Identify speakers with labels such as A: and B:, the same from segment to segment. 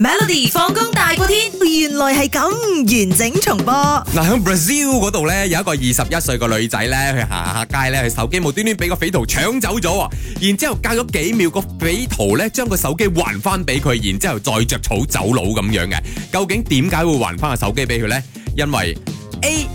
A: Melody 放工大過天，原來係咁完整重播。
B: 嗱喺 Brazil 嗰度咧，有一個二十一歲個女仔咧，去行下街咧，佢手機無端端俾個匪徒搶走咗喎，然之後隔咗幾秒，個匪徒咧將個手機還翻俾佢，然之後再着草走佬咁樣嘅。究竟點解會還翻個手機俾佢呢？因為 A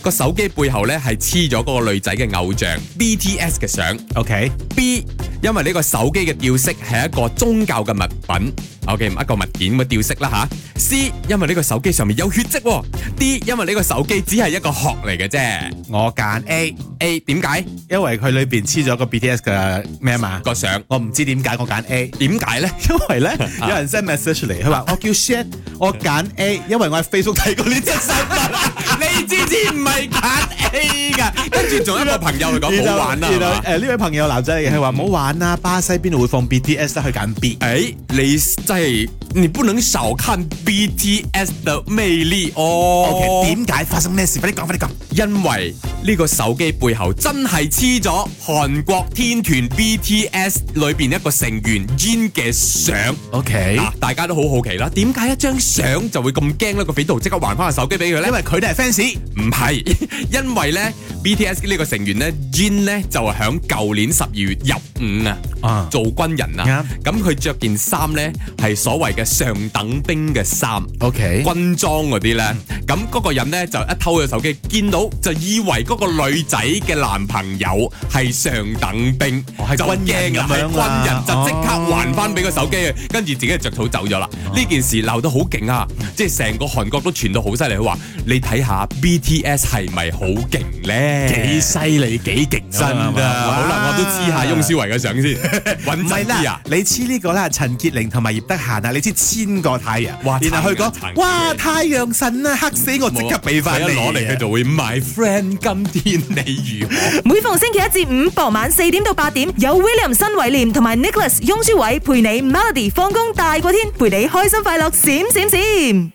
B: 個手機背後咧係黐咗嗰個女仔嘅偶像 BTS 嘅相。
C: OK，
B: B，因為呢個手機嘅吊飾係一個宗教嘅物品，OK，唔係一個物件嘅吊飾啦吓。C，因為呢個手機上面有血跡喎。D，因為呢個手機只係一個殼嚟嘅啫。
C: 我揀 A，
B: A 點解
C: 因為佢裏邊黐咗個 BTS 嘅咩啊嘛，
B: 個相？
C: 我唔知點解我揀 A。
B: 點解呢？
C: 因為咧，
B: 啊
C: 有人 send message 嚟，佢話我叫 Shed，我揀 A，因為我喺 Facebook 睇過呢隻新聞，
B: 你知知唔係揀 A 㗎，跟住仲有一個朋友佢講唔好玩啦，啊係
C: 然
B: 嘛嗯
C: 後誒呢位朋友男仔嚟嘅，佢話唔好玩啦，巴西邊度會放 BTS 啦，佢揀 B。
B: 哎，你真係你不能少看 BTS 的魅力哦。
C: OK，點解發生咩事？快啲講，快啲講。
B: 因為呢個手機背後真係黐咗韓國天團 BTS 裏邊一個成員 Jin 嘅相。
C: OK，
B: 嗱，大家都好好奇啦，點解一張相就會咁驚呢個匪徒即刻還翻個手機俾佢呢？
C: 因為佢哋係 fans。
B: 唔係，因為呢 BTS 呢個成員呢 Jin 呢就係響舊年十二月入伍啊。
C: 啊
B: 做軍人啊，咁佢着件衫呢係所謂嘅上等兵嘅衫，
C: ，OK，
B: 軍裝嗰啲呢，咁嗰個人呢，就一偷咗手機，見到就以為嗰個女仔嘅男朋友係上等兵，
C: 哦係
B: 就
C: 軍人
B: 驚啦，啊
C: 咁
B: 係
C: 樣
B: 軍
C: 啦
B: 人就即刻
C: 哦
B: 還翻俾個手機佢，跟住自己就着草走咗啦。呢件事鬧得好勁啊，即係成個韓國都傳到好犀利，佢話你睇下 BTS 係咪好勁呢？
C: 幾犀利，幾勁啊
B: 真㗎，好啦，我都知下翁舒。
C: 哇
B: 維嘅 相先，
C: 唔
B: 穩陣
C: 係
B: 啲
C: 啦
B: 啊，！
C: 你黐呢個啦，陳潔玲同埋葉德嫻啊，你知千個太陽，
B: 哇
C: 然後佢
B: 撐人撐
C: 講
B: 人
C: 哇太陽神啊，嚇死我即刻俾翻
B: 佢
C: 你
B: 啊
C: 啊
B: 一攞嚟佢就會 My friend，今天你如何？
A: 每逢星期一至五傍晚四點到八點，有 William 新偉廉同埋 Nicholas 雍舒偉陪你 Melody 放工大過天，陪你開心快樂閃閃閃。